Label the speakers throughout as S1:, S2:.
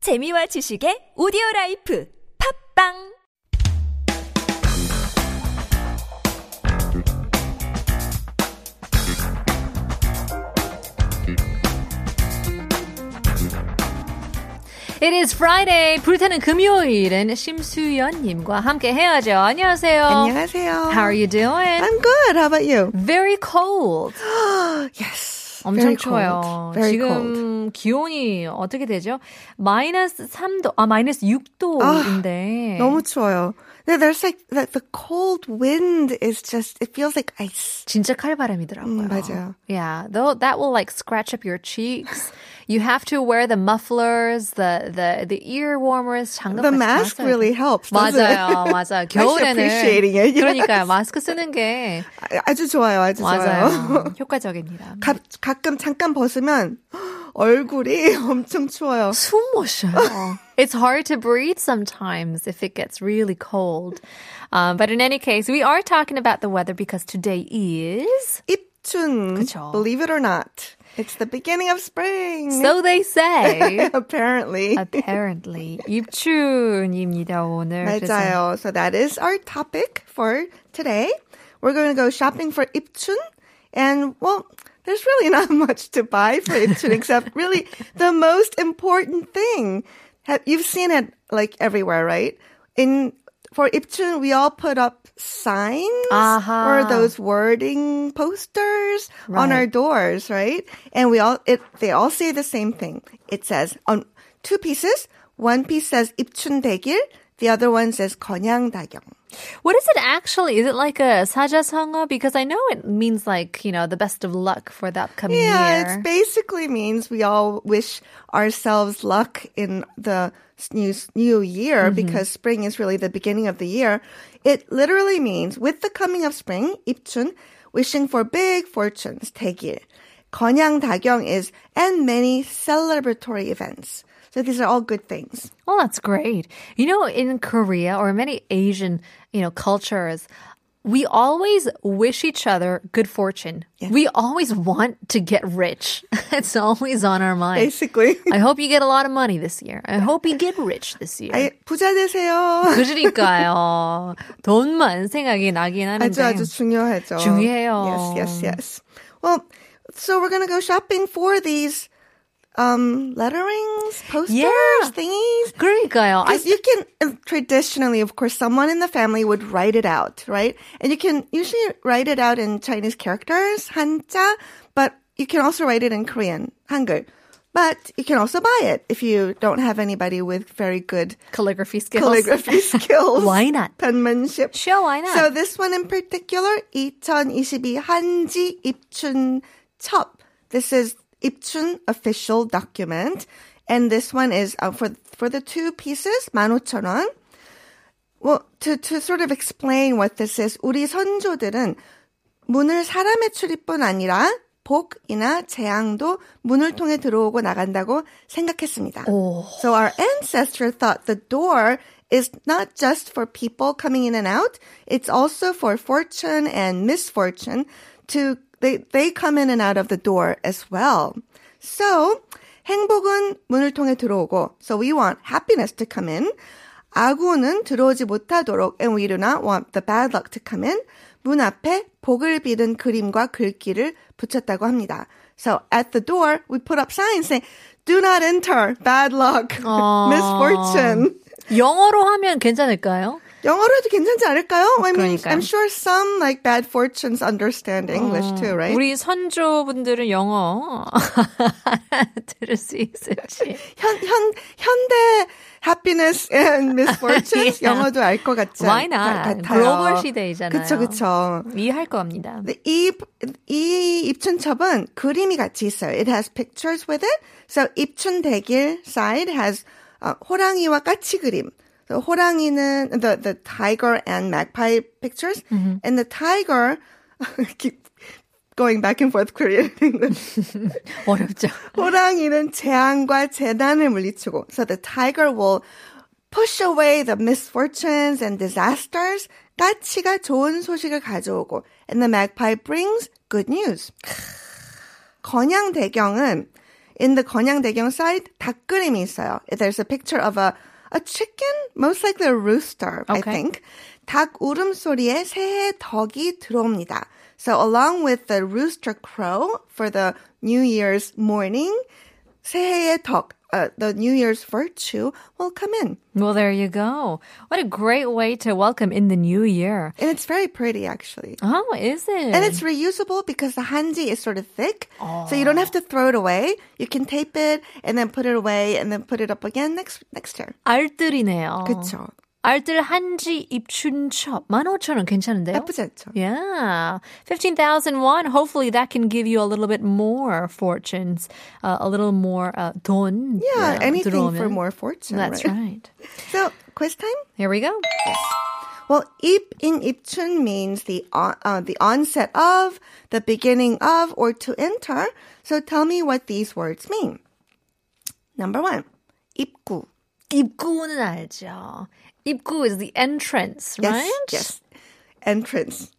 S1: 재미와 지식의 오디오 라이프 팝빵
S2: It is Friday. 불타는 금요일은 심수연님과 함께 해야죠. 안녕하세요.
S3: 안녕하세요.
S2: How are you doing?
S3: I'm good. How about you?
S2: Very cold.
S3: Yes.
S2: 엄청
S3: very
S2: 추워요.
S3: Cold. Very cold.
S2: 지금 기온이 어떻게 되죠? 마이너스 3도, 아, 마이너스 6도인데.
S3: 아, 너무 추워요. There- There's like that the cold wind is just it feels like ice.
S2: 진짜 칼바람이더라고요.
S3: 음, 맞아요.
S2: Yeah, though that will like scratch up your cheeks. You have to wear the mufflers, the the the ear warmers, 장갑
S3: The
S2: 같이 다
S3: mask
S2: 써야
S3: really
S2: 돼.
S3: helps, doesn't it?
S2: 맞아요, 맞아. 겨울에는
S3: appreciating it, yes.
S2: 그러니까 마스크 쓰는 게
S3: 아, 아주 좋아요. 아주 좋아요.
S2: 맞아요. 효과적입니다.
S3: 가, 가끔 잠깐 벗으면 얼굴이 엄청 추워요.
S2: 숨 못 쉬어요. It's hard to breathe sometimes if it gets really cold. Um, but in any case, we are talking about the weather because today is
S3: 입춘.
S2: 그쵸.
S3: Believe it or not, it's the beginning of spring.
S2: so they say.
S3: apparently.
S2: Apparently 입춘입니다 오늘. 그래서
S3: 맞아요. So that is our topic for today. We're going to go shopping for Ipchun. And, well, there's really not much to buy for Ipchun except really the most important thing. Have, you've seen it like everywhere, right? In for Ipchun, we all put up signs
S2: Aha.
S3: or those wording posters on
S2: Right.
S3: our doors, right? And we all it they all say the same thing. It says on two pieces. One piece says 입춘대길, the other one says 건양다경.
S2: What is it actually? Is it like a 사자성어? Because I know it means like you know the best of luck for the upcoming
S3: Yeah,
S2: year.
S3: it basically means we all wish ourselves luck in the s- new s- new year because spring is really the beginning of the year. It literally means with the coming of spring, 입춘, wishing for big fortunes, 대길. 건양다경 is and many celebratory events. So these are all good things.
S2: Well, Oh, that's great. You know, in Korea or many Asian, you know, cultures, we always wish each other good fortune. We always want to get rich. it's always on our mind.
S3: Basically.
S2: I hope you get a lot of money this year. I hope you get rich this year.
S3: 아이, 부자 되세요.
S2: 그러니까요. 돈만 생각이 나긴 하는데.
S3: 아주 아주 중요하죠.
S2: 중요해요.
S3: Yes, yes, yes. Well, so we're gonna go shopping for these um letterings, posters,
S2: Yeah.
S3: thingies.
S2: 그러니까요. I
S3: Because you can and traditionally, of course, someone in the family would write it out, right? And you can usually write it out in Chinese characters, 한자, but you can also write it in Korean, 한글. But you can also buy it if you don't have anybody with very good
S2: calligraphy skills.
S3: calligraphy skills.
S2: Why not?
S3: penmanship.
S2: Sure, why not?
S3: So this one in particular, 2022 한지 입춘 첩. This is 입춘 official document, and this one is uh, for for the two pieces 15,000원. Well, to to sort of explain what this is, 우리 선조들은 문을 사람의 출입뿐 아니라 복이나 재앙도 문을 통해 들어오고 나간다고 생각했습니다. So our ancestor thought the door is not just for people coming in and out, it's also for fortune and misfortune to they they come in and out of the door as well. So 행복은 문을 통해 들어오고 so we want happiness to come in. 악운은 들어오지 못하도록 and we do not want the bad luck to come in. 문 앞에 복을 빌은 그림과 글귀를 붙였다고 합니다. So at the door we put up signs saying do not enter bad luck
S2: 어.
S3: misfortune.
S2: 영어로 하면 괜찮을까요?
S3: 영어로 해도 괜찮지 않을까요? I mean,
S2: 그러니까요. 어.
S3: I'm sure some like bad fortunes understand English too, right?
S2: 우리 선조분들은 영어 들을 수 있을지.
S3: 현, 현, 현대 happiness and misfortunes 영어도 알 것 같지 않-
S2: 예. Why not?
S3: 같아요.
S2: 글로벌 시대이잖아요.
S3: 그쵸, 그쵸.
S2: 이해할 겁니다.
S3: The- 이, 이 입춘첩은 그림이 같이 있어요. It has pictures with it. So 입춘대길 side has 어, 호랑이와 까치 그림. So 호랑이는 the the tiger and magpie pictures, and the tiger keep going back and forth Korean and English.
S2: 어렵죠.
S3: 호랑이는 재앙과 재난을 물리치고, so the tiger will push away the misfortunes and disasters. 까치가 좋은 소식을 가져오고, and the magpie brings good news. 건양대경은 in the 건양대경 side 닭그림이 있어요. There's a picture of a a chicken, most likely a rooster, I
S2: Okay.
S3: think. 닭 울음소리에 새해 덕이 들어옵니다. So along with the rooster crow for the New Year's morning, 새해의 덕, uh, the New Year's virtue will come in.
S2: Well, there you go. What a great way to welcome in the new year.
S3: And it's very pretty actually.
S2: Oh, is it?
S3: And it's reusable because the hanji is sort of thick. So you don't
S2: Oh.
S3: have to throw it away. You can tape it and then put it away and then put it up again next next year.
S2: 알뜰이네요.
S3: 그쵸.
S2: 알뜰 한지 입춘첩 15,000원 괜찮은데요?
S3: 나쁘지 않죠.
S2: Yeah, 15,000 won. Hopefully that can give you a little bit more fortunes, uh, a little more uh, 돈. uh,
S3: Yeah, anything for
S2: 들어오면.
S3: more fortune.
S2: That's
S3: right?
S2: right.
S3: So, quiz time?
S2: Here we go.
S3: Well, ip in ipchun means the on, uh, the onset of, the beginning of, or to enter. So tell me what these words mean. Number one, 입구.
S2: 입구는 알죠. 입구 is the entrance,
S3: Yes,
S2: right?
S3: yes. Entrance.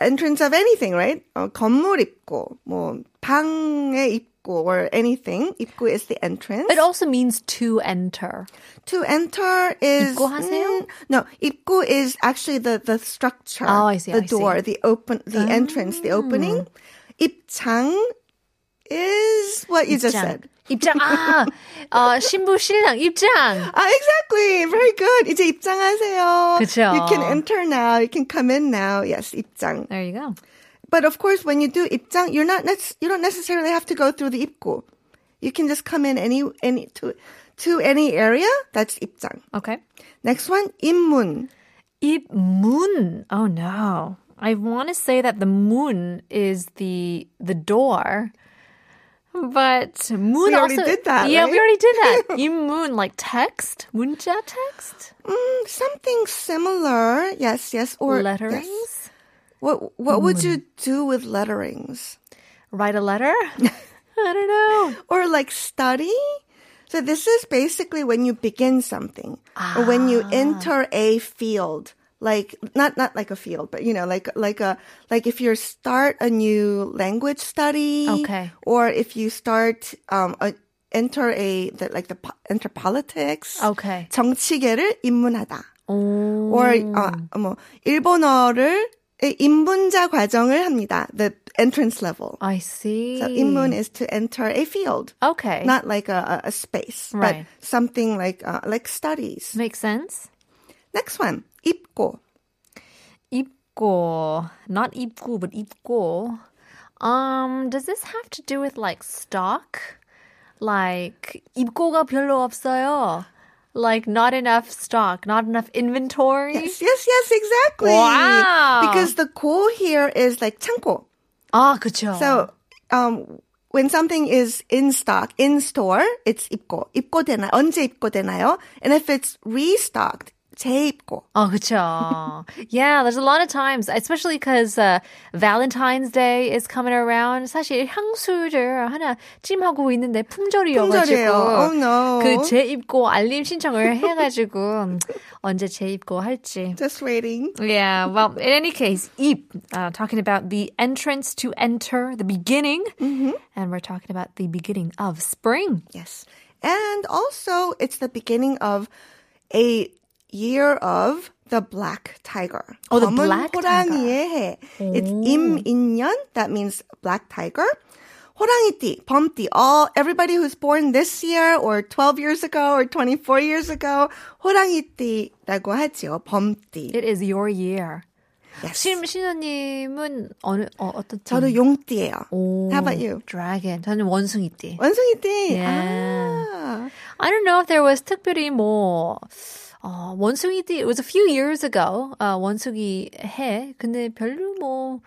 S3: Entrance of anything, right? 어, 건물 입구, 뭐 방의 입구 or anything. 입구 is the entrance.
S2: It also means to enter.
S3: to enter is
S2: 입구하세요?
S3: Mm, no, 입구 is actually the the structure.
S2: Oh, I see, Ah.
S3: The
S2: I see.
S3: door, the open, the entrance, the opening. 입장 is what you just said.
S2: 입장. 아, 어, 신부 신랑 입장.
S3: Ah, exactly. Very good. 이제 입장하세요.
S2: 그쵸.
S3: You can enter now. You can come in now. Yes, 입장.
S2: There you go.
S3: But of course, when you do 입장, you're not nec- you don't necessarily have to go through the 입구. You can just come in any any to to any area. That's 입장.
S2: Okay.
S3: Next one, 입문.
S2: 입문. Oh no. I want to say that the moon is the the door. But moon
S3: We already
S2: also
S3: did that,
S2: Yeah, we
S3: right?
S2: already did that. 입문 like text, 문자 text,
S3: Mm, something similar. Yes, yes. Or yes.
S2: letterings.
S3: What what would you do with letterings?
S2: Write a letter? I don't know.
S3: Or like study? So this is basically when you begin something or when you enter a field. Like not not like a field, but you know, like like a like if you start a new language study,
S2: Okay.
S3: or if you start um a, enter a the, like the po- enter politics,
S2: Okay.
S3: 정치계를 입문하다.
S2: Oh.
S3: or 어, 뭐 일본어를 입문자 과정을 합니다. The entrance level.
S2: I see.
S3: So 입문 is to enter a field,
S2: Okay.
S3: not like a, a a space,
S2: Right.
S3: but something like uh, like studies.
S2: Makes sense.
S3: Next one, 입고.
S2: 입고, not 입고, but 입고. Um, does this have to do with like stock? Like 입고가 별로 없어요. Like not enough stock, not enough inventory.
S3: Yes, yes, yes, exactly.
S2: Wow.
S3: Because the 고 here is like 창고.
S2: 아, 그쵸.
S3: So um, when something is in stock, in store, it's 입고. 입고 되나 언제 입고 되나요? And if it's restocked, 재입고.
S2: 아, 그쵸. yeah, there's a lot of times, especially because uh, Valentine's Day is coming around. 사실 향수를 하나 찜하고 있는데 품절이어가지고
S3: 품절이에요. Oh, no.
S2: 그 재입고 알림 신청을 해가지고 언제 재입고 할지.
S3: Just waiting.
S2: Yeah, well, in any case, 입, uh, talking about the entrance to enter, the beginning, and we're talking about the beginning of spring.
S3: Yes. And also, it's the beginning of a year of the black tiger.
S2: Oh, the
S3: 검은
S2: black Oh.
S3: 호랑이의 해. It's 임인년. That means black tiger. 호랑이띠, 범띠, all, everybody who's born this year or 12 years ago or 24 years ago, 호랑이띠라고 하지요. 범띠.
S2: It is your year.
S3: Yes.
S2: 신, 신우님은 어느, 어, 어떤 팀?
S3: 저도 용띠예요.
S2: 오,
S3: How about you?
S2: Dragon. 저는 원숭이띠.
S3: 원숭이띠.
S2: Oh. Yeah.
S3: 아.
S2: I don't know if there was 특별히 뭐 어, 원숭이띠. It was a few years ago. 아, 원숭이 해. 근데 별로 뭐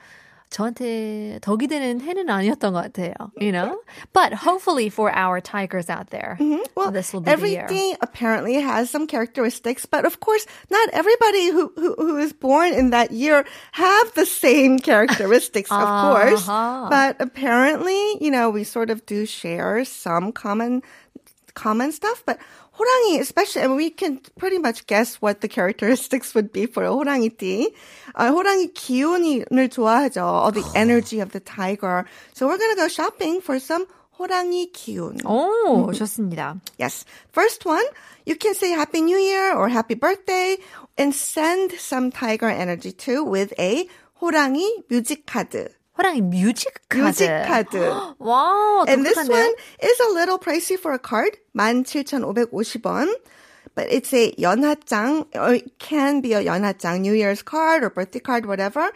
S2: 저한테 덕이 되는 해는 아니었던 것 같아요. You know? But hopefully for our tigers out there.
S3: Mm-hmm. Well,
S2: this will be the year.
S3: everything apparently has some characteristics, but of course, not everybody who, who, who is born in that year have the same characteristics, of course.
S2: Uh-huh.
S3: But apparently, you know, we sort of do share some common common stuff, but 호랑이 especially, and we can pretty much guess what the characteristics would be for a 호랑이띠. Uh, 호랑이 기운을 좋아하죠, all the energy of the tiger. So we're gonna go shopping for some 호랑이 기운. Mm-hmm.
S2: 오, 좋습니다.
S3: Yes. First one, you can say Happy New Year or Happy Birthday and send some tiger energy to with a 호랑이 뮤직 카드.
S2: 호랑이 뮤직 카드.
S3: 뮤직 카드.
S2: 와우,
S3: And this
S2: 독특한데요?
S3: one is a little pricey for a card, 17,550원. But it's a 연하장, or it can be a 연하장, New Year's card or birthday card, whatever.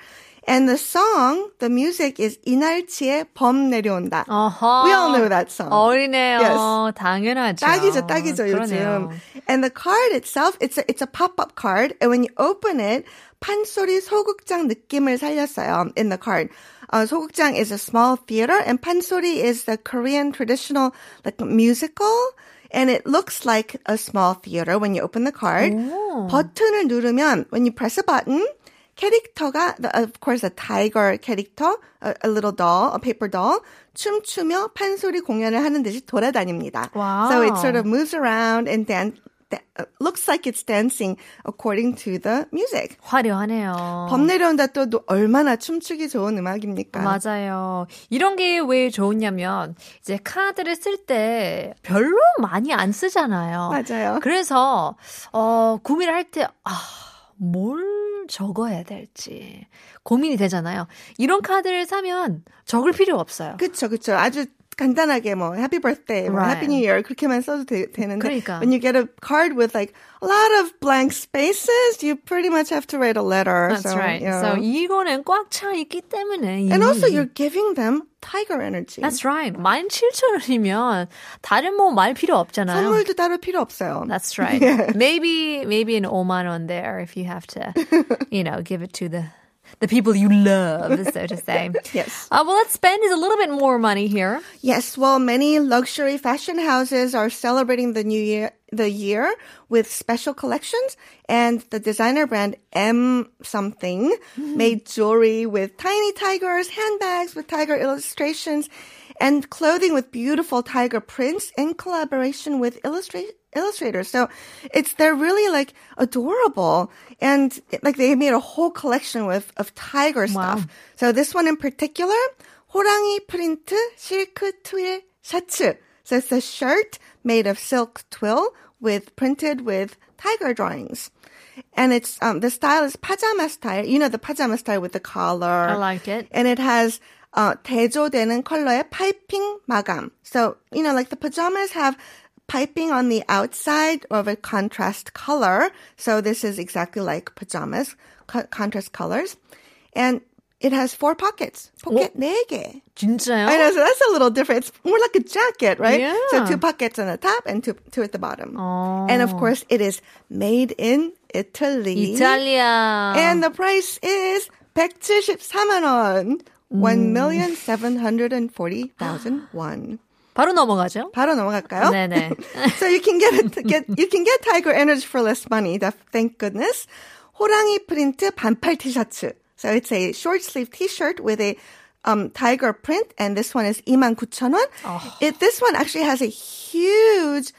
S3: And the song, the music is 이날치의 범 내려온다.
S2: 어허.
S3: We all know that song.
S2: 어리네요.
S3: Yes.
S2: 당연하죠.
S3: 딱이죠, 딱이죠,
S2: 그러네요.
S3: 요즘. And the card itself, it's a, it's a pop-up card. And when you open it, 판소리 소극장 느낌을 살렸어요. In the card. Uh, 소극장 is a small theater and 판소리 is the Korean traditional like musical. And it looks like a small theater when you open the card.
S2: Oh.
S3: 버튼을 누르면, when you press a button, 캐릭터가, the- of course, a tiger 캐릭터, a, a little doll, a paper doll, 춤추며 판소리 공연을 하는 듯이 돌아다닙니다. So it
S2: Oh.
S3: sort of moves around and then that looks like it's dancing according to the music.
S2: 화려하네요.
S3: 범 내려온다 또 노- 얼마나 춤추기 좋은 음악입니까?
S2: 맞아요. 이런 게 왜 좋으냐면 이제 카드를 쓸 때 별로 많이 안 쓰잖아요.
S3: 맞아요.
S2: 그래서 어 고민을 할 때 아, 뭘 적어야 될지 고민이 되잖아요. 이런 카드를 사면 적을 필요 없어요.
S3: 그쵸, 그쵸. 아주 간단하게 뭐 happy birthday, 뭐
S2: Right.
S3: happy new year 그렇게만 써도 되, 되는데
S2: 그러니까.
S3: when you get a card with like a lot of blank spaces, you pretty much have to write a letter.
S2: That's
S3: so,
S2: right.
S3: you
S2: So
S3: know.
S2: 이거는 꽉 차 있기 때문에
S3: and
S2: 이-
S3: also you're giving them tiger energy.
S2: That's right. 17,000원이면 다른 뭐 말 필요 없잖아요.
S3: 선물도 따로 필요 없어요.
S2: That's right. Maybe maybe an oman on there if you have to, you know, give it to the the people you love, so to say.
S3: Yes.
S2: Uh, well, let's spend is a little bit more money here.
S3: Yes, well, many luxury fashion houses are celebrating the new year, the year with special collections, and the designer brand M something made jewelry with tiny tigers, handbags with tiger illustrations, and clothing with beautiful tiger prints in collaboration with illustrate illustrators. So it's they're really like adorable, and like they made a whole collection with of tiger stuff. So this one in particular. 호랑이 프린트 실크 트윌 셔츠. So it's a shirt made of silk twill with printed with tiger drawings. And it's um, the style is pajama style. You know the pajama style with the
S2: I
S3: collar.
S2: like it.
S3: And it has uh, 대조되는 컬러의 piping 마감. So you know like the pajamas have piping on the outside of a contrast color. So this is exactly like pajamas co- contrast colors. And it has four pockets. 포켓 네 개.
S2: 진짜요?
S3: I know, so that's a little different. It's more like a jacket, right?
S2: Yeah.
S3: So two pockets on the top and two, two at the bottom. And of course, it is made in Italy.
S2: 이탈리아.
S3: And the price is 173만 원. 1,740,000 won.
S2: 바로 넘어가죠.
S3: 바로 넘어갈까요?
S2: 네네.
S3: so you can get it, get you can get tiger energy for less money. that- Thank goodness. 호랑이 프린트 반팔 티셔츠. So it's a short sleeve t-shirt with a um, tiger print, and this one is 29,000원.
S2: Oh.
S3: It this one actually has a huge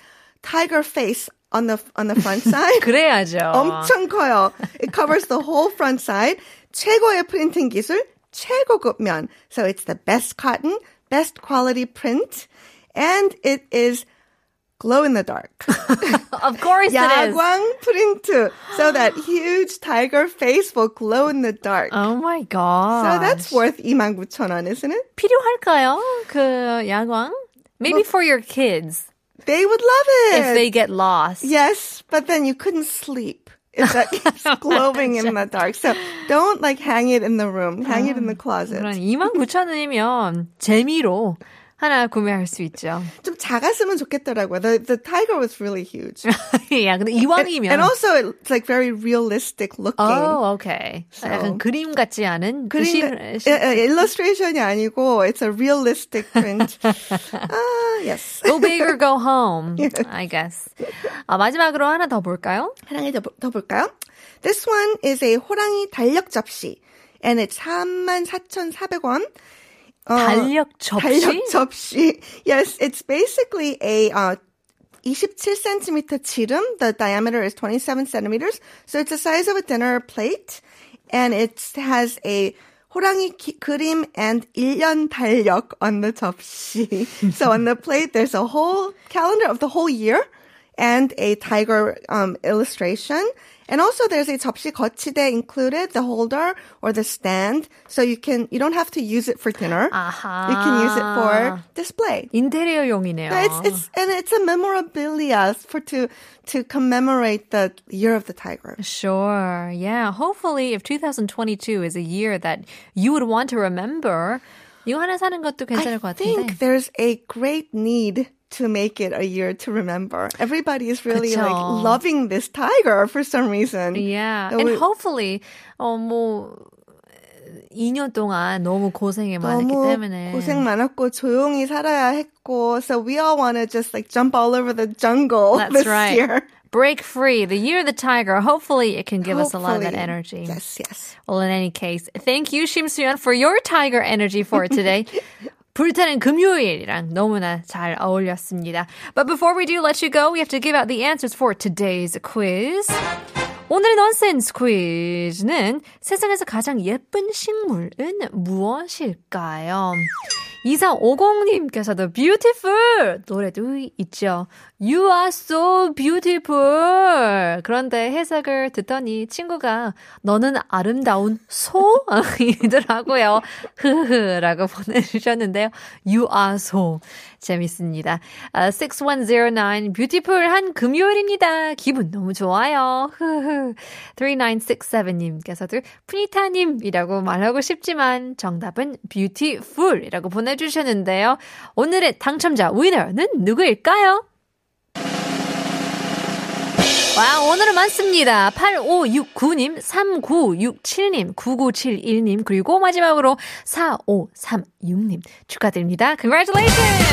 S3: tiger face on the on the front side.
S2: 그래야죠.
S3: 엄청 커요. It covers the whole front side. 최고의 프린팅 기술, 최고급 면. So it's the best cotton, best quality print, and it is glow in the dark.
S2: Of course it is.
S3: 야광 프린트. So that huge tiger face will glow in the dark.
S2: Oh my god.
S3: So that's worth 29,000원, isn't it?
S2: 필요할까요? 그 야광? Maybe for your kids
S3: They would love it.
S2: if they get lost.
S3: Yes, but then you couldn't sleep. If that keeps glowing in the dark. So don't like hang it in the room. Hang it in
S2: Ah,
S3: the closet.
S2: 그런 29,000원이면 재미로 하나 구매할 수 있죠.
S3: 좀 작았으면 좋겠더라고요. The, the tiger was really huge.
S2: 야, 근데
S3: And,
S2: 이왕이면
S3: and also it's like very realistic looking.
S2: Oh, okay. 약간
S3: So.
S2: 그림 같지 않은 그
S3: 그림,
S2: 실-
S3: 예,
S2: 실-
S3: 예, illustration이 아니고 it's a realistic print. ah, yes.
S2: Go big or go home, I guess. 아, 마지막으로 하나 더 볼까요?
S3: 하나 더, 보- 더 볼까요? This one is a 호랑이 달력 접시. And it's 34,400원. 어,
S2: 달력 접시?
S3: 달력 접시. Yes, it's basically a uh, 27cm 지름. The diameter is 27 centimeters. So it's the size of a dinner plate. And it has a 호랑이 기, 그림 and 1년 달력 on the 접시. so on the plate, there's a whole calendar of the whole year and a tiger um, illustration. And also there's a 접시 거치대 included, the holder or the stand. So you can, you don't have to use it for dinner.
S2: 아하.
S3: You can use it for display.
S2: 인테리어용이네요.
S3: Yeah, It's, it's, and it's a memorabilia for to, to commemorate the year of the tiger.
S2: Sure. Yeah. Hopefully, if 2022 is a year that you would want to remember, 이거 하나 사는 것도 괜찮을
S3: I
S2: 것 같은데.
S3: think there's a great need to make it a year to remember. Everybody is really like
S2: 그쵸.
S3: loving this tiger for some reason.
S2: Yeah.
S3: 어,
S2: And
S3: 왜-
S2: hopefully, 어, 뭐, 2년 동안 너무 고생이 많았기
S3: 너무
S2: 때문에.
S3: 고생 많았고 조용히 살아야 했고. So we all want to just like jump all over the jungle
S2: That's
S3: this
S2: right.
S3: year.
S2: Break free. The year of the tiger. Hopefully, it can give us a lot of that
S3: Hopefully.
S2: energy.
S3: Yes, yes.
S2: Well, in any case, thank you, Shim Suyeon, for your tiger energy for today. 불타는 금요일이랑 너무나 잘 어울렸습니다. But before we do let you go, we have to give out the answers for today's quiz. 오늘의 넌센스 퀴즈는 세상에서 가장 예쁜 식물은 무엇일까요? 2450님께서도 beautiful 노래도 있죠. You are so beautiful. 그런데 해석을 듣더니 친구가 너는 아름다운 소이더라고요. 흐흐라고 아, 보내주셨는데요. You are so 재밌습니다. 아, 6109 beautiful한 금요일입니다. 기분 너무 좋아요. 흐흐 3967님께서도 푸니타님이라고 말하고 싶지만 정답은 beautiful이라고 보내주셨는데요. 오늘의 당첨자 위너는 누구일까요? 와, 오늘은 많습니다. 8569님, 3967님, 9971님, 그리고 마지막으로 4536님. 축하드립니다. Congratulations!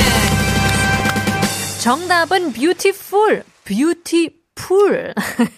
S2: 정답은 beautiful, beautiful.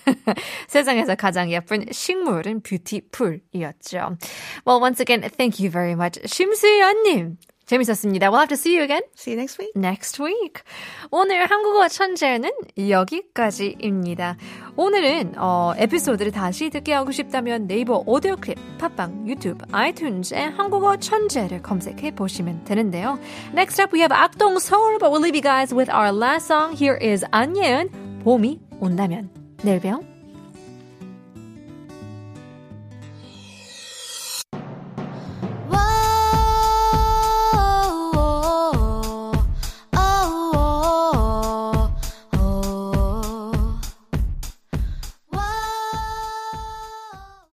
S2: 세상에서 가장 예쁜 식물은 beautiful이었죠. Well, once again, thank you very much. 심수연님, 재밌었습니다. We'll have to see you again.
S3: See you next week.
S2: next week. 오늘 한국어 천재는 여기까지입니다. 오늘은 어, 에피소드를 다시 듣게 하고 싶다면 네이버 오디오 클립, 팟빵, 유튜브, 아이튠즈에 한국어 천재를 검색해 보시면 되는데요. Next up we have 악동 서울, but we'll leave you guys with our last song. Here is 안예은, 봄이 온다면. 내일 봬요.